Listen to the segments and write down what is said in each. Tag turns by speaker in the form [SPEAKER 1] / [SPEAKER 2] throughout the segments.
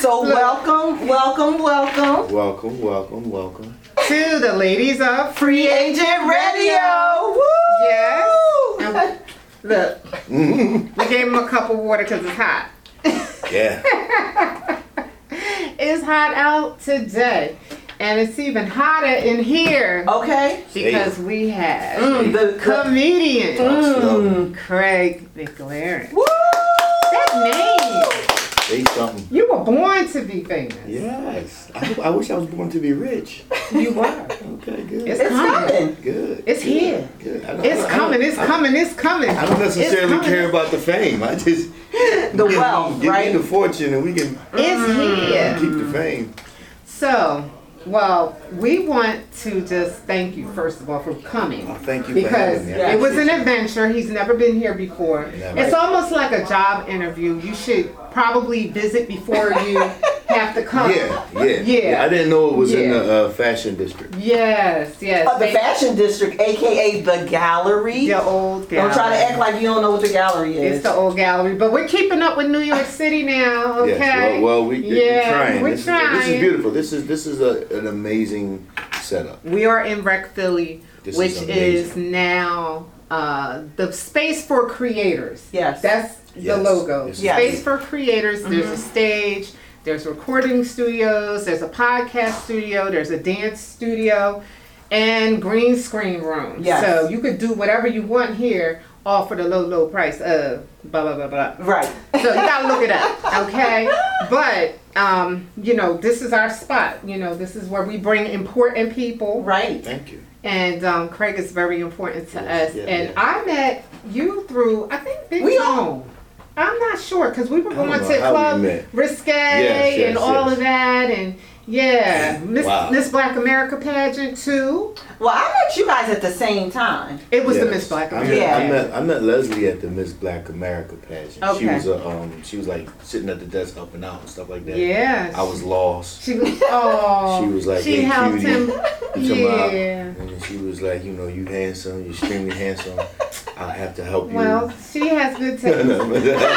[SPEAKER 1] So welcome, welcome, welcome
[SPEAKER 2] Welcome, welcome, welcome.
[SPEAKER 3] to the ladies of
[SPEAKER 1] Free Agent Radio. Woo!
[SPEAKER 3] Yes.
[SPEAKER 1] I- Look,
[SPEAKER 3] We gave him a cup of water because it's hot.
[SPEAKER 2] Yeah.
[SPEAKER 3] It's hot out today, and it's even hotter in here
[SPEAKER 1] okay.
[SPEAKER 3] because we have
[SPEAKER 1] Mm, the co-
[SPEAKER 3] comedian Hmm.
[SPEAKER 2] Mm.
[SPEAKER 3] Craig McLaren.
[SPEAKER 1] Woo!
[SPEAKER 3] That name.
[SPEAKER 2] Say something.
[SPEAKER 3] You were born to be famous.
[SPEAKER 2] Yes. I, I wish I was born to be rich.
[SPEAKER 3] You were.
[SPEAKER 2] Okay, good.
[SPEAKER 3] It's,
[SPEAKER 1] It's
[SPEAKER 3] coming.
[SPEAKER 1] coming.
[SPEAKER 2] good.
[SPEAKER 3] It's
[SPEAKER 2] good,
[SPEAKER 3] here.
[SPEAKER 2] Good. I don't- I
[SPEAKER 3] It's
[SPEAKER 2] don't-
[SPEAKER 3] coming. It's
[SPEAKER 2] I don't-
[SPEAKER 3] coming. It's coming.
[SPEAKER 2] I don't necessarily
[SPEAKER 3] It's coming.
[SPEAKER 2] care about the fame. I just
[SPEAKER 1] The wealth,
[SPEAKER 2] give me the
[SPEAKER 1] right?
[SPEAKER 2] fortune and we can
[SPEAKER 3] It's here.
[SPEAKER 2] keep the fame.
[SPEAKER 3] So, well, we want to just thank you first of all for coming.
[SPEAKER 2] Well, thank you for
[SPEAKER 3] because
[SPEAKER 2] having me. I
[SPEAKER 3] it was an
[SPEAKER 2] appreciate
[SPEAKER 3] adventure. He's never been here before.
[SPEAKER 2] Never.
[SPEAKER 3] It's almost like a job interview. You should probably visit before you have to come.
[SPEAKER 2] Yeah, yeah,
[SPEAKER 3] Yeah.
[SPEAKER 2] I didn't know it was in
[SPEAKER 3] Yeah.
[SPEAKER 2] the uh, fashion district.
[SPEAKER 3] Yes, yes.
[SPEAKER 1] Of Uh, the
[SPEAKER 3] They-
[SPEAKER 1] Fashion District, aka the Gallery.
[SPEAKER 3] the old gallery.
[SPEAKER 1] Don't try to act like you don't know what the gallery
[SPEAKER 3] it's
[SPEAKER 1] is.
[SPEAKER 3] the old gallery, but we're keeping up with New York City now. Okay.
[SPEAKER 2] Yes. Well, well we
[SPEAKER 3] yeah,
[SPEAKER 2] we're trying.
[SPEAKER 3] We're
[SPEAKER 2] this,
[SPEAKER 3] trying.
[SPEAKER 2] Is, this is beautiful. This is this is a, an amazing setup.
[SPEAKER 3] We are in Rec Philly,
[SPEAKER 2] This
[SPEAKER 3] which
[SPEAKER 2] is
[SPEAKER 3] is,
[SPEAKER 2] amazing.
[SPEAKER 3] now uh, the space for creators.
[SPEAKER 1] Yes.
[SPEAKER 3] That's
[SPEAKER 2] Yes.
[SPEAKER 3] the logo.
[SPEAKER 2] Yes.
[SPEAKER 1] Yes. Mm-hmm.
[SPEAKER 3] Space for creators. There's a stage, there's recording studios, there's a podcast studio, there's a dance studio, and green screen room.
[SPEAKER 1] Yes.
[SPEAKER 3] So you could do whatever you want here, all for the low, low price of blah, blah, blah, blah.
[SPEAKER 1] right.
[SPEAKER 3] So you gotta look it up, okay? But um, you know, this is our spot. You know, this is where we bring important people,
[SPEAKER 1] Right.
[SPEAKER 2] Thank you.
[SPEAKER 3] and um, Craig is very important to
[SPEAKER 2] Yes,
[SPEAKER 3] us.
[SPEAKER 2] yeah,
[SPEAKER 3] and
[SPEAKER 2] yeah.
[SPEAKER 3] I met you through, I think, Big
[SPEAKER 1] We
[SPEAKER 3] Tone. I'm not sure because we were
[SPEAKER 2] don't
[SPEAKER 3] going to
[SPEAKER 2] know how we
[SPEAKER 3] Club
[SPEAKER 2] met.
[SPEAKER 3] Risque
[SPEAKER 2] Yes, yes,
[SPEAKER 3] and all
[SPEAKER 2] yes.
[SPEAKER 3] of that, and yeah, Miss,
[SPEAKER 2] Wow.
[SPEAKER 3] Miss Black America pageant too.
[SPEAKER 1] Well, I met you guys at the same time.
[SPEAKER 3] It was the
[SPEAKER 2] Yes.
[SPEAKER 3] Miss Black
[SPEAKER 2] I
[SPEAKER 3] America.
[SPEAKER 2] met, I
[SPEAKER 1] Yeah.
[SPEAKER 2] met I met Leslie at the Miss Black America pageant. She
[SPEAKER 3] Okay.
[SPEAKER 2] was a, um she was like sitting at the desk helping out and stuff like that.
[SPEAKER 3] Yeah,
[SPEAKER 2] I was lost.
[SPEAKER 3] She was. Oh,
[SPEAKER 2] She was like,
[SPEAKER 3] she
[SPEAKER 2] "Hey,
[SPEAKER 3] helped
[SPEAKER 2] cutie."
[SPEAKER 3] him.
[SPEAKER 2] You talking about-
[SPEAKER 3] Yeah.
[SPEAKER 2] And then she was like, you know, you handsome, you extremely handsome. I'll have to help you.
[SPEAKER 3] Well, she has good taste.
[SPEAKER 2] No, no.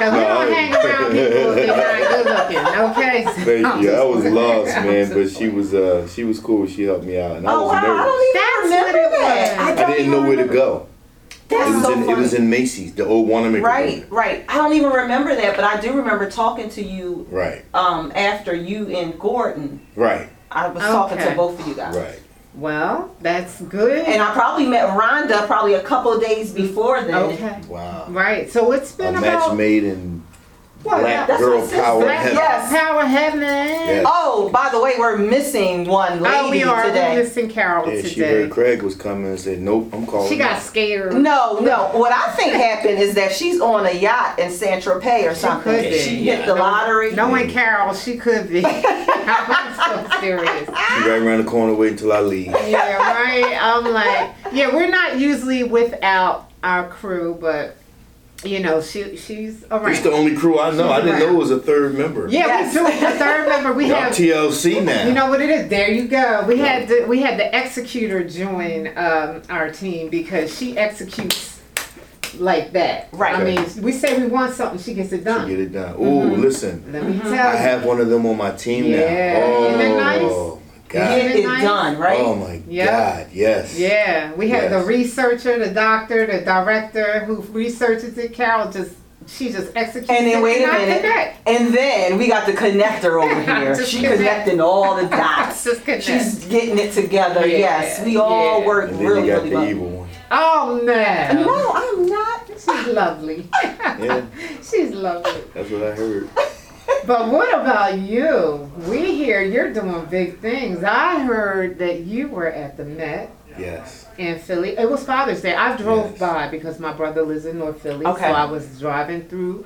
[SPEAKER 3] Cause we don't hang around people if they're not good looking. Okay.
[SPEAKER 2] Thank you. I was lost, man, but she was uh she was cool. She helped me out, and I
[SPEAKER 1] oh
[SPEAKER 2] was
[SPEAKER 1] wow, I
[SPEAKER 2] nervous.
[SPEAKER 1] don't even
[SPEAKER 3] That's
[SPEAKER 1] remember
[SPEAKER 3] what it
[SPEAKER 1] that.
[SPEAKER 3] was.
[SPEAKER 1] I,
[SPEAKER 2] I
[SPEAKER 1] don't
[SPEAKER 2] didn't
[SPEAKER 1] even
[SPEAKER 2] know where to
[SPEAKER 1] remember-
[SPEAKER 2] go. It
[SPEAKER 1] That's
[SPEAKER 2] was
[SPEAKER 1] so
[SPEAKER 2] in
[SPEAKER 1] funny.
[SPEAKER 2] it was in Macy's, the old Wanamaker. building.
[SPEAKER 1] right, right. I don't even remember that, but I do remember talking to you
[SPEAKER 2] right,
[SPEAKER 1] um after you and Gordon.
[SPEAKER 2] right,
[SPEAKER 1] I was talking to
[SPEAKER 3] Okay.
[SPEAKER 1] both of you guys.
[SPEAKER 2] right.
[SPEAKER 3] Well, that's good.
[SPEAKER 1] And I probably met Rhonda probably a couple of days before then.
[SPEAKER 3] okay.
[SPEAKER 2] Wow.
[SPEAKER 3] Right. So it's
[SPEAKER 2] A
[SPEAKER 3] been
[SPEAKER 2] match
[SPEAKER 3] about
[SPEAKER 2] made in
[SPEAKER 3] Well,
[SPEAKER 2] black
[SPEAKER 1] that's
[SPEAKER 2] girl
[SPEAKER 1] my sister.
[SPEAKER 2] power.
[SPEAKER 3] black
[SPEAKER 2] heaven.
[SPEAKER 1] Yes.
[SPEAKER 3] power heaven.
[SPEAKER 2] Yes.
[SPEAKER 1] Oh, by the way, we're missing one lady
[SPEAKER 3] Oh, we are
[SPEAKER 1] today.
[SPEAKER 3] missing Carol
[SPEAKER 2] Yeah, she
[SPEAKER 3] today.
[SPEAKER 2] heard Craig was coming and said, "Nope, I'm calling."
[SPEAKER 3] She got scared.
[SPEAKER 1] No, no. What I think happened is that she's on a yacht in San Tropez or something.
[SPEAKER 3] could be.
[SPEAKER 1] She hit the lottery.
[SPEAKER 3] Knowing Carol, she could be. I'm so serious.
[SPEAKER 2] She right around the corner. Wait until I leave.
[SPEAKER 3] Yeah, right. I'm like, yeah, we're not usually without our crew, but you know, she she's around.
[SPEAKER 2] It's the only crew I know. I didn't know it was a third member.
[SPEAKER 3] yeah,
[SPEAKER 1] Yes.
[SPEAKER 3] we do. The third member, we
[SPEAKER 2] Y'all
[SPEAKER 3] have
[SPEAKER 2] TLC now.
[SPEAKER 3] You know what it is? There you go. We had the, we had the executor join um, our team because she executes like that.
[SPEAKER 1] Right.
[SPEAKER 3] I mean, we say we want something, she gets it done.
[SPEAKER 2] Get it done. Ooh, listen.
[SPEAKER 3] Let me
[SPEAKER 1] Mm-hmm.
[SPEAKER 3] tell you.
[SPEAKER 2] I have one of them on my team
[SPEAKER 3] uh-huh. Yeah.
[SPEAKER 2] now. Oh,
[SPEAKER 3] Isn't it nice?
[SPEAKER 2] my God.
[SPEAKER 1] Get it
[SPEAKER 3] Nice.
[SPEAKER 1] done, right?
[SPEAKER 2] Oh, my
[SPEAKER 3] Yeah.
[SPEAKER 2] God. Yes.
[SPEAKER 3] yeah, we had
[SPEAKER 2] Yes.
[SPEAKER 3] the researcher, the doctor, the director who researches it. Carol just she just executes
[SPEAKER 1] And then
[SPEAKER 3] it.
[SPEAKER 1] wait a
[SPEAKER 3] I
[SPEAKER 1] minute.
[SPEAKER 3] connect.
[SPEAKER 1] And then we got the connector over here.
[SPEAKER 3] Just
[SPEAKER 1] she
[SPEAKER 3] connect.
[SPEAKER 1] connecting all the dots.
[SPEAKER 3] Just connect.
[SPEAKER 1] She's getting it together.
[SPEAKER 3] Yeah,
[SPEAKER 1] Yes, we all
[SPEAKER 3] yeah.
[SPEAKER 1] work
[SPEAKER 2] And then
[SPEAKER 1] really,
[SPEAKER 2] you got
[SPEAKER 1] really
[SPEAKER 2] the
[SPEAKER 1] well.
[SPEAKER 2] evil one.
[SPEAKER 3] Oh man,
[SPEAKER 1] No, I'm not.
[SPEAKER 3] she's lovely.
[SPEAKER 2] Yeah,
[SPEAKER 3] she's lovely.
[SPEAKER 2] that's what I heard.
[SPEAKER 3] But what about you? We hear you're doing big things. I heard that you were at the Met
[SPEAKER 2] Yes.
[SPEAKER 3] in Philly. It was Father's Day. I drove
[SPEAKER 2] Yes.
[SPEAKER 3] by because my brother lives in North Philly.
[SPEAKER 1] Okay.
[SPEAKER 3] So I was driving through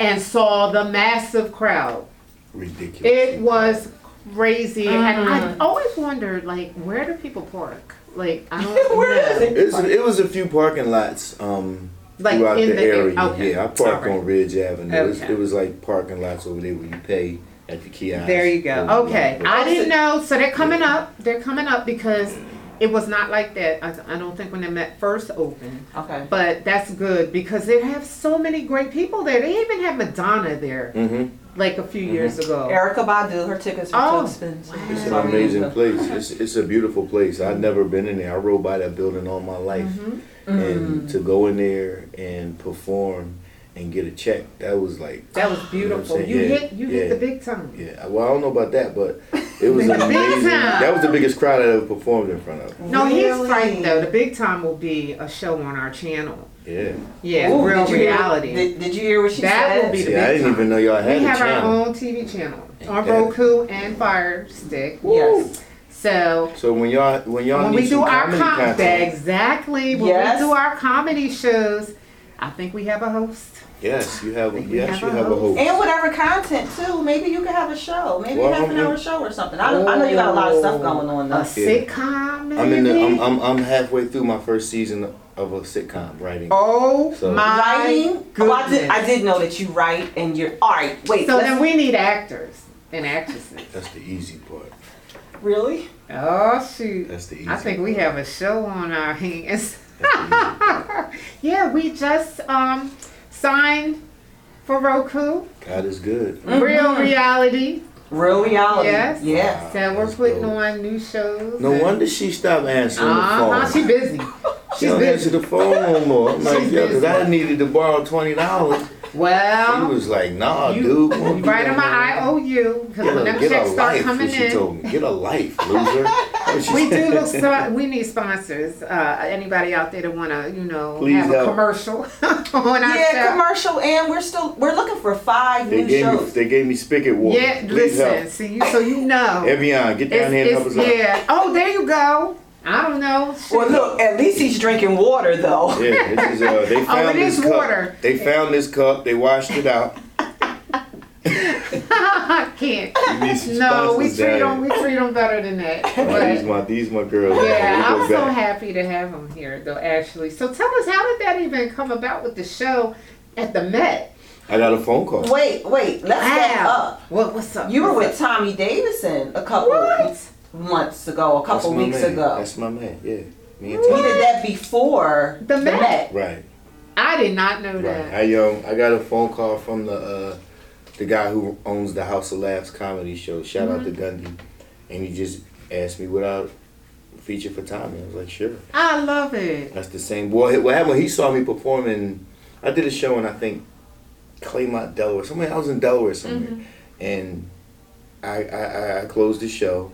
[SPEAKER 3] and saw the massive crowd.
[SPEAKER 2] Ridiculous.
[SPEAKER 3] It was crazy. And
[SPEAKER 1] Uh-huh.
[SPEAKER 3] I always wondered, like, where do people park? Like, I don't
[SPEAKER 1] Where
[SPEAKER 3] know.
[SPEAKER 1] is it?
[SPEAKER 2] It's, it was a few parking lots um,
[SPEAKER 3] Like,
[SPEAKER 2] throughout
[SPEAKER 3] in
[SPEAKER 2] the,
[SPEAKER 3] the ar-
[SPEAKER 2] area.
[SPEAKER 3] okay.
[SPEAKER 2] Yeah, I parked
[SPEAKER 3] All right.
[SPEAKER 2] on Ridge Avenue. It, was,
[SPEAKER 3] Okay.
[SPEAKER 2] it was like parking lots over there where you pay at the kiosk.
[SPEAKER 1] There you go.
[SPEAKER 2] It was
[SPEAKER 3] Okay,
[SPEAKER 2] like-
[SPEAKER 3] I didn't know. So they're coming up. They're coming up because It was not like that, I, I don't think, when the Met first opened.
[SPEAKER 1] Okay.
[SPEAKER 3] But that's good because they have so many great people there. They even had Madonna there
[SPEAKER 2] Mm-hmm.
[SPEAKER 3] like a few years ago.
[SPEAKER 1] Erica Badu, her tickets were
[SPEAKER 3] Oh,
[SPEAKER 1] too expensive.
[SPEAKER 3] wow.
[SPEAKER 2] It's an
[SPEAKER 1] So we used
[SPEAKER 2] amazing
[SPEAKER 1] them.
[SPEAKER 2] place. It's it's a beautiful place. I've never been in there. I rode by that building all my life,
[SPEAKER 3] Mm-hmm.
[SPEAKER 2] and to go in there and perform and get a check, that was like
[SPEAKER 3] That was
[SPEAKER 2] You know what
[SPEAKER 3] beautiful.
[SPEAKER 2] I'm saying?
[SPEAKER 3] You
[SPEAKER 2] Yeah,
[SPEAKER 3] hit you hit the
[SPEAKER 2] yeah.
[SPEAKER 3] big time.
[SPEAKER 2] yeah. Well, I don't know about that, but it was
[SPEAKER 3] The big
[SPEAKER 2] an amazing.
[SPEAKER 3] time.
[SPEAKER 2] That was the biggest crowd I ever performed in front of.
[SPEAKER 3] No,
[SPEAKER 1] Really?
[SPEAKER 3] he's right though. The big time will be a show on our channel.
[SPEAKER 2] Yeah.
[SPEAKER 3] Yeah,
[SPEAKER 1] Ooh,
[SPEAKER 3] real
[SPEAKER 1] did you hear-
[SPEAKER 3] reality.
[SPEAKER 1] Did, did you hear what she
[SPEAKER 3] That
[SPEAKER 1] said?
[SPEAKER 3] will be-
[SPEAKER 2] See, I didn't even know y'all had
[SPEAKER 3] we
[SPEAKER 2] a
[SPEAKER 3] have our
[SPEAKER 2] channel.
[SPEAKER 3] own TV channel on
[SPEAKER 2] that-
[SPEAKER 3] Roku and Fire Stick.
[SPEAKER 1] Yes.
[SPEAKER 3] So
[SPEAKER 2] So when y'all when y'all
[SPEAKER 3] when
[SPEAKER 2] need
[SPEAKER 3] we do
[SPEAKER 2] some
[SPEAKER 3] our
[SPEAKER 2] comedy
[SPEAKER 3] com-
[SPEAKER 2] content,
[SPEAKER 3] exactly when
[SPEAKER 1] Yes.
[SPEAKER 3] we do our comedy shows, I think we have a host.
[SPEAKER 2] yes, you have a
[SPEAKER 3] We
[SPEAKER 2] yes,
[SPEAKER 3] have
[SPEAKER 2] you
[SPEAKER 3] our
[SPEAKER 2] have a
[SPEAKER 3] own.
[SPEAKER 2] host.
[SPEAKER 1] And whatever content too. Maybe you could have a show. Maybe
[SPEAKER 2] Well,
[SPEAKER 1] half an
[SPEAKER 2] I'm-
[SPEAKER 1] hour show or something. I, I know you got a lot of stuff going on
[SPEAKER 3] A
[SPEAKER 1] though.
[SPEAKER 3] sitcom, maybe.
[SPEAKER 2] Oh. I'm in the I'm, I'm I'm halfway through my first season of a sitcom writing.
[SPEAKER 3] oh
[SPEAKER 2] So-
[SPEAKER 3] my
[SPEAKER 1] Writing.
[SPEAKER 3] goodness!
[SPEAKER 1] Oh, I did. I did know that you write and you're. All right. Wait.
[SPEAKER 3] So
[SPEAKER 1] let's-
[SPEAKER 3] then we need actors and actresses.
[SPEAKER 2] That's the easy part.
[SPEAKER 1] really.
[SPEAKER 3] Oh shoot!
[SPEAKER 2] That's the easy.
[SPEAKER 3] I think we have a show on our hands.
[SPEAKER 2] That's the easy part.
[SPEAKER 3] Yeah, we just um signed for Roku,
[SPEAKER 2] God is good.
[SPEAKER 1] Mm-hmm.
[SPEAKER 3] Real Reality.
[SPEAKER 1] Real reality.
[SPEAKER 3] Yes.
[SPEAKER 1] Yes.
[SPEAKER 3] So we're
[SPEAKER 2] That's
[SPEAKER 3] putting
[SPEAKER 2] dope.
[SPEAKER 3] on new shows.
[SPEAKER 2] No
[SPEAKER 3] and-
[SPEAKER 2] wonder she stopped answering
[SPEAKER 3] Mm-hmm. Uh-huh,
[SPEAKER 2] the phone.
[SPEAKER 3] she busy.
[SPEAKER 2] she
[SPEAKER 3] She's
[SPEAKER 2] don't answer
[SPEAKER 3] busy.
[SPEAKER 2] the phone no more. I'm like,
[SPEAKER 3] She's
[SPEAKER 2] yeah, because I
[SPEAKER 3] busy.
[SPEAKER 2] needed to borrow twenty dollars. She
[SPEAKER 3] Well,
[SPEAKER 2] was like, Nah,
[SPEAKER 3] Uh-huh. you-
[SPEAKER 2] dude. won't do
[SPEAKER 3] right
[SPEAKER 2] that
[SPEAKER 3] on
[SPEAKER 2] no
[SPEAKER 3] my
[SPEAKER 2] more.
[SPEAKER 3] IOU because
[SPEAKER 2] Get
[SPEAKER 3] when
[SPEAKER 2] a,
[SPEAKER 3] them
[SPEAKER 2] get a
[SPEAKER 3] checks start
[SPEAKER 2] life,
[SPEAKER 3] coming
[SPEAKER 2] what she
[SPEAKER 3] in,
[SPEAKER 2] told me. Get a life, loser. What she
[SPEAKER 3] we do
[SPEAKER 2] said.
[SPEAKER 3] look. So we need sponsors. Uh, anybody out there that wanna, you know,
[SPEAKER 2] Please
[SPEAKER 3] have
[SPEAKER 2] help.
[SPEAKER 3] a commercial on our
[SPEAKER 1] Yeah,
[SPEAKER 3] show?
[SPEAKER 1] commercial, and we're still we're looking for five
[SPEAKER 2] They
[SPEAKER 1] new
[SPEAKER 2] gave me
[SPEAKER 1] shows.
[SPEAKER 2] they gave me spigot water.
[SPEAKER 3] yeah,
[SPEAKER 2] Please
[SPEAKER 3] listen.
[SPEAKER 2] help.
[SPEAKER 3] See you, so you know.
[SPEAKER 2] Evian, get down here and help us out.
[SPEAKER 3] yeah. Oh, there you go. I don't know.
[SPEAKER 1] Well, look, at least he's drinking water though.
[SPEAKER 2] Yeah, this is, uh, they found
[SPEAKER 3] it
[SPEAKER 2] this
[SPEAKER 3] is
[SPEAKER 2] cup.
[SPEAKER 3] Oh, water.
[SPEAKER 2] They found this cup. They washed it out.
[SPEAKER 3] I can't.
[SPEAKER 2] We need some
[SPEAKER 3] No, we
[SPEAKER 2] sponsors
[SPEAKER 3] treat
[SPEAKER 2] down
[SPEAKER 3] them.
[SPEAKER 2] here.
[SPEAKER 3] We treat them better than that.
[SPEAKER 2] Oh, these
[SPEAKER 3] But,
[SPEAKER 2] my these my girls.
[SPEAKER 3] yeah,
[SPEAKER 2] We
[SPEAKER 3] I'm
[SPEAKER 2] go
[SPEAKER 3] so
[SPEAKER 2] back.
[SPEAKER 3] happy to have them here, though. Actually, so tell us, how did that even come about with the show at the Met?
[SPEAKER 2] I got a phone call.
[SPEAKER 1] Wait, wait, let's back up.
[SPEAKER 3] What? What's up?
[SPEAKER 1] You were
[SPEAKER 3] What's
[SPEAKER 1] with Tommy Davidson a couple
[SPEAKER 3] What?
[SPEAKER 1] months ago, a
[SPEAKER 2] That's
[SPEAKER 1] couple
[SPEAKER 2] my
[SPEAKER 1] weeks
[SPEAKER 2] man.
[SPEAKER 1] ago.
[SPEAKER 2] That's my man. Yeah, me and
[SPEAKER 1] we
[SPEAKER 2] Tom.
[SPEAKER 1] did that before
[SPEAKER 3] The Met.
[SPEAKER 2] Right,
[SPEAKER 3] up? I did not know
[SPEAKER 2] right.
[SPEAKER 3] that.
[SPEAKER 2] I um I got a phone call from the uh the guy who owns the House of Laughs comedy show. Shout out to
[SPEAKER 3] Mm-hmm.
[SPEAKER 2] Gundy, and he just asked me what I feature for Tommy. I was like, sure.
[SPEAKER 3] I love it.
[SPEAKER 2] That's the same. Well, what happened? He saw me performing. I did a show in I think Claymont, Delaware. Somewhere I was in Delaware somewhere,
[SPEAKER 3] Mm-hmm.
[SPEAKER 2] and I, I I- I closed the show,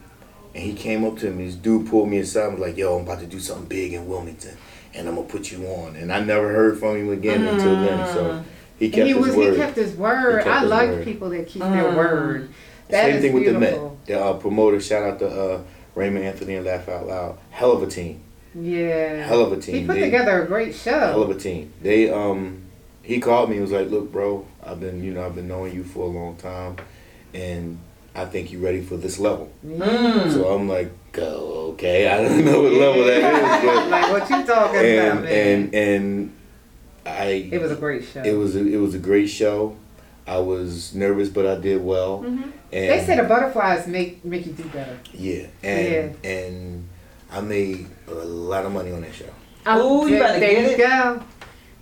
[SPEAKER 2] and he came up to me. This dude pulled me aside and was like, "Yo, I'm about to do something big in Wilmington, and I'm gonna put you on." And I never heard from him again until then. So he kept
[SPEAKER 3] Ah. And he
[SPEAKER 2] his
[SPEAKER 3] was.
[SPEAKER 2] word.
[SPEAKER 3] He kept his word.
[SPEAKER 2] He kept
[SPEAKER 3] I
[SPEAKER 2] his
[SPEAKER 3] like
[SPEAKER 2] word.
[SPEAKER 3] people that keep
[SPEAKER 1] Mm.
[SPEAKER 3] their word. That
[SPEAKER 2] Same
[SPEAKER 3] is
[SPEAKER 2] thing with
[SPEAKER 3] beautiful.
[SPEAKER 2] the Met. The uh, promoter. Shout out to uh, Raymond Anthony and Laugh Out Loud. Hell of a team.
[SPEAKER 3] Yeah.
[SPEAKER 2] Hell of a team.
[SPEAKER 3] He put
[SPEAKER 2] They-
[SPEAKER 3] together a great
[SPEAKER 2] hell
[SPEAKER 3] show.
[SPEAKER 2] of a team. They um he called me and was like, Look, bro, I've been you know, I've been knowing you for a long time and I think you're ready for this level.
[SPEAKER 3] Hmm.
[SPEAKER 1] Mm.
[SPEAKER 2] So I'm like, Go, okay, I don't know what level that is,
[SPEAKER 3] like what you talking
[SPEAKER 2] but
[SPEAKER 3] about,
[SPEAKER 2] and
[SPEAKER 3] man?
[SPEAKER 2] and and I
[SPEAKER 3] it was a great show.
[SPEAKER 2] it was a, it was a great show. I was nervous but I did well. And
[SPEAKER 3] Mm-hmm. They say the butterflies make make you do better.
[SPEAKER 2] Yeah. And and I made a lot of money on that show.
[SPEAKER 1] Ooh, you
[SPEAKER 3] there,
[SPEAKER 1] better
[SPEAKER 3] there
[SPEAKER 1] get
[SPEAKER 3] you
[SPEAKER 1] it.
[SPEAKER 3] go.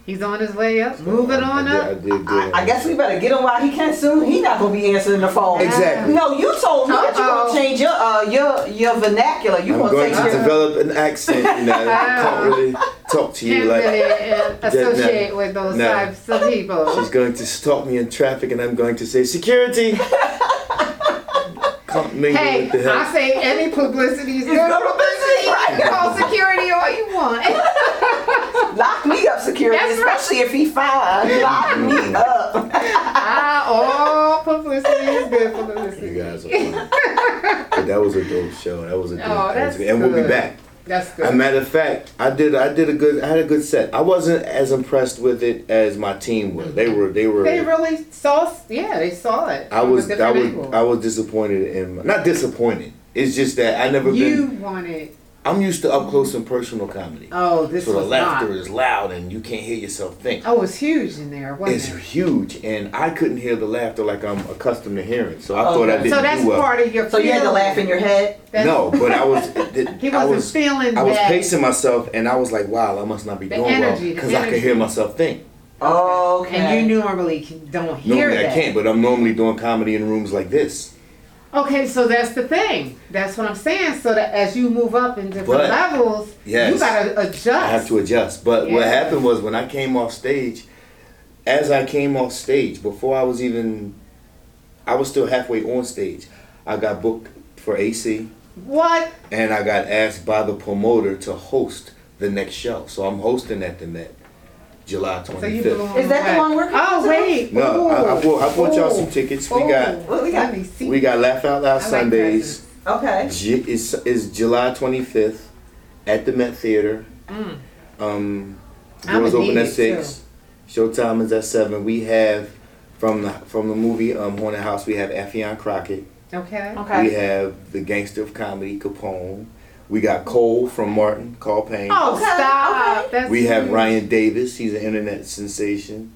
[SPEAKER 3] He's on his way up. Moving on
[SPEAKER 2] I did, I
[SPEAKER 3] up.
[SPEAKER 2] did good.
[SPEAKER 1] I, I
[SPEAKER 2] on
[SPEAKER 1] guess
[SPEAKER 2] that.
[SPEAKER 1] we better get him while he can soon. He not gonna be answering the phone.
[SPEAKER 2] Exactly.
[SPEAKER 1] No, you told me that you
[SPEAKER 3] Uh-oh.
[SPEAKER 1] gonna change your uh your your vernacular. You
[SPEAKER 2] I'm
[SPEAKER 1] gonna
[SPEAKER 2] going
[SPEAKER 1] take
[SPEAKER 2] to
[SPEAKER 1] your
[SPEAKER 2] develop an accent, you know. I can't really talk to you
[SPEAKER 3] Can't
[SPEAKER 2] like
[SPEAKER 3] really uh, associate with those
[SPEAKER 2] No.
[SPEAKER 3] types of people.
[SPEAKER 2] she's going to stop me in traffic and I'm going to say security. Can't mingle
[SPEAKER 3] Hey,
[SPEAKER 2] with the help.
[SPEAKER 3] I say any publicity is good
[SPEAKER 1] good
[SPEAKER 3] publicity. You can call security all you want.
[SPEAKER 1] lock me up security,
[SPEAKER 3] That's right.
[SPEAKER 1] especially if he fine. Lock me up.
[SPEAKER 3] ah, all publicity is good
[SPEAKER 2] you
[SPEAKER 3] publicity.
[SPEAKER 2] guys are funny. But that was a dope show. That was a dope.
[SPEAKER 3] Oh,
[SPEAKER 2] that was
[SPEAKER 3] that's
[SPEAKER 2] good. And we'll be
[SPEAKER 3] good.
[SPEAKER 2] back.
[SPEAKER 3] That's good.
[SPEAKER 2] As a matter of fact, I did I did a good I had a good set. I wasn't as impressed with it as my team was. They were they were
[SPEAKER 3] they really saw. Yeah, they saw it.
[SPEAKER 2] I
[SPEAKER 3] from a
[SPEAKER 2] was I
[SPEAKER 3] different
[SPEAKER 2] was
[SPEAKER 3] angle.
[SPEAKER 2] I was disappointed in my, not disappointed. It's just that I never
[SPEAKER 3] you
[SPEAKER 2] been
[SPEAKER 3] wanted
[SPEAKER 2] I'm used to up close and personal comedy.
[SPEAKER 3] Oh, this
[SPEAKER 2] so the
[SPEAKER 3] was
[SPEAKER 2] laughter
[SPEAKER 3] not.
[SPEAKER 2] is loud and you can't hear yourself think.
[SPEAKER 3] Oh, it's huge in there, wasn't
[SPEAKER 2] It's
[SPEAKER 3] it?
[SPEAKER 2] huge, and I couldn't hear the laughter like I'm accustomed to hearing. So I thought I
[SPEAKER 1] Okay.
[SPEAKER 2] didn't
[SPEAKER 3] So that's
[SPEAKER 2] do well.
[SPEAKER 3] part of your.
[SPEAKER 1] So you had to laugh in your head?
[SPEAKER 3] That's-
[SPEAKER 2] no, but I was. It,
[SPEAKER 3] He
[SPEAKER 2] I
[SPEAKER 3] wasn't
[SPEAKER 2] was,
[SPEAKER 3] feeling
[SPEAKER 2] I was
[SPEAKER 3] that.
[SPEAKER 2] pacing myself, and I was like, "Wow, I must not be
[SPEAKER 3] The
[SPEAKER 2] doing
[SPEAKER 3] energy,
[SPEAKER 2] well
[SPEAKER 3] the
[SPEAKER 2] because I could
[SPEAKER 3] energy.
[SPEAKER 2] hear myself think."
[SPEAKER 1] Okay.
[SPEAKER 3] And you normally can- don't hear
[SPEAKER 2] Normally
[SPEAKER 3] that.
[SPEAKER 2] I can't, but I'm normally doing comedy in rooms like this.
[SPEAKER 3] Okay, so that's the thing. That's what I'm saying. So that as you move up in different
[SPEAKER 2] But-
[SPEAKER 3] levels, you
[SPEAKER 2] yes.
[SPEAKER 3] gotta adjust.
[SPEAKER 2] I have to adjust. But what
[SPEAKER 3] Yeah.
[SPEAKER 2] happened was when I came off stage, as I came off stage, before I was even, I was still halfway on stage. I got booked for AC,
[SPEAKER 3] What?
[SPEAKER 2] and I got asked by the promoter to host the next show. So I'm hosting at the Met, July 25th.
[SPEAKER 3] So you blew
[SPEAKER 1] Is that the
[SPEAKER 3] away.
[SPEAKER 1] one we're
[SPEAKER 3] Oh
[SPEAKER 1] going to?
[SPEAKER 3] wait.
[SPEAKER 2] No, I, I
[SPEAKER 3] Ooh.
[SPEAKER 2] bought, I bought y'all some
[SPEAKER 3] Ooh.
[SPEAKER 2] tickets. We got
[SPEAKER 3] Ooh.
[SPEAKER 1] What we got?
[SPEAKER 3] Let me see.
[SPEAKER 2] we got Laugh Out
[SPEAKER 3] Oh.
[SPEAKER 2] Loud
[SPEAKER 3] I like
[SPEAKER 2] Sundays.
[SPEAKER 3] presents.
[SPEAKER 1] Okay.
[SPEAKER 2] Ju- it's, it's July 25th at the Met Theater. Um,
[SPEAKER 3] Mm. I'ma
[SPEAKER 2] doors open
[SPEAKER 3] need
[SPEAKER 2] at
[SPEAKER 3] it,
[SPEAKER 2] six. Showtime is at seven. We have from the from the movie um, Haunted House. We have Affion Crockett.
[SPEAKER 3] Okay.
[SPEAKER 2] We
[SPEAKER 1] Okay.
[SPEAKER 2] have the gangster of comedy Capone. We got Cole from Martin, Carl Payne.
[SPEAKER 3] Oh
[SPEAKER 1] Okay,
[SPEAKER 3] stop.
[SPEAKER 1] okay.
[SPEAKER 3] That's
[SPEAKER 2] We have
[SPEAKER 3] huge.
[SPEAKER 2] Ryan Davis. He's an internet sensation.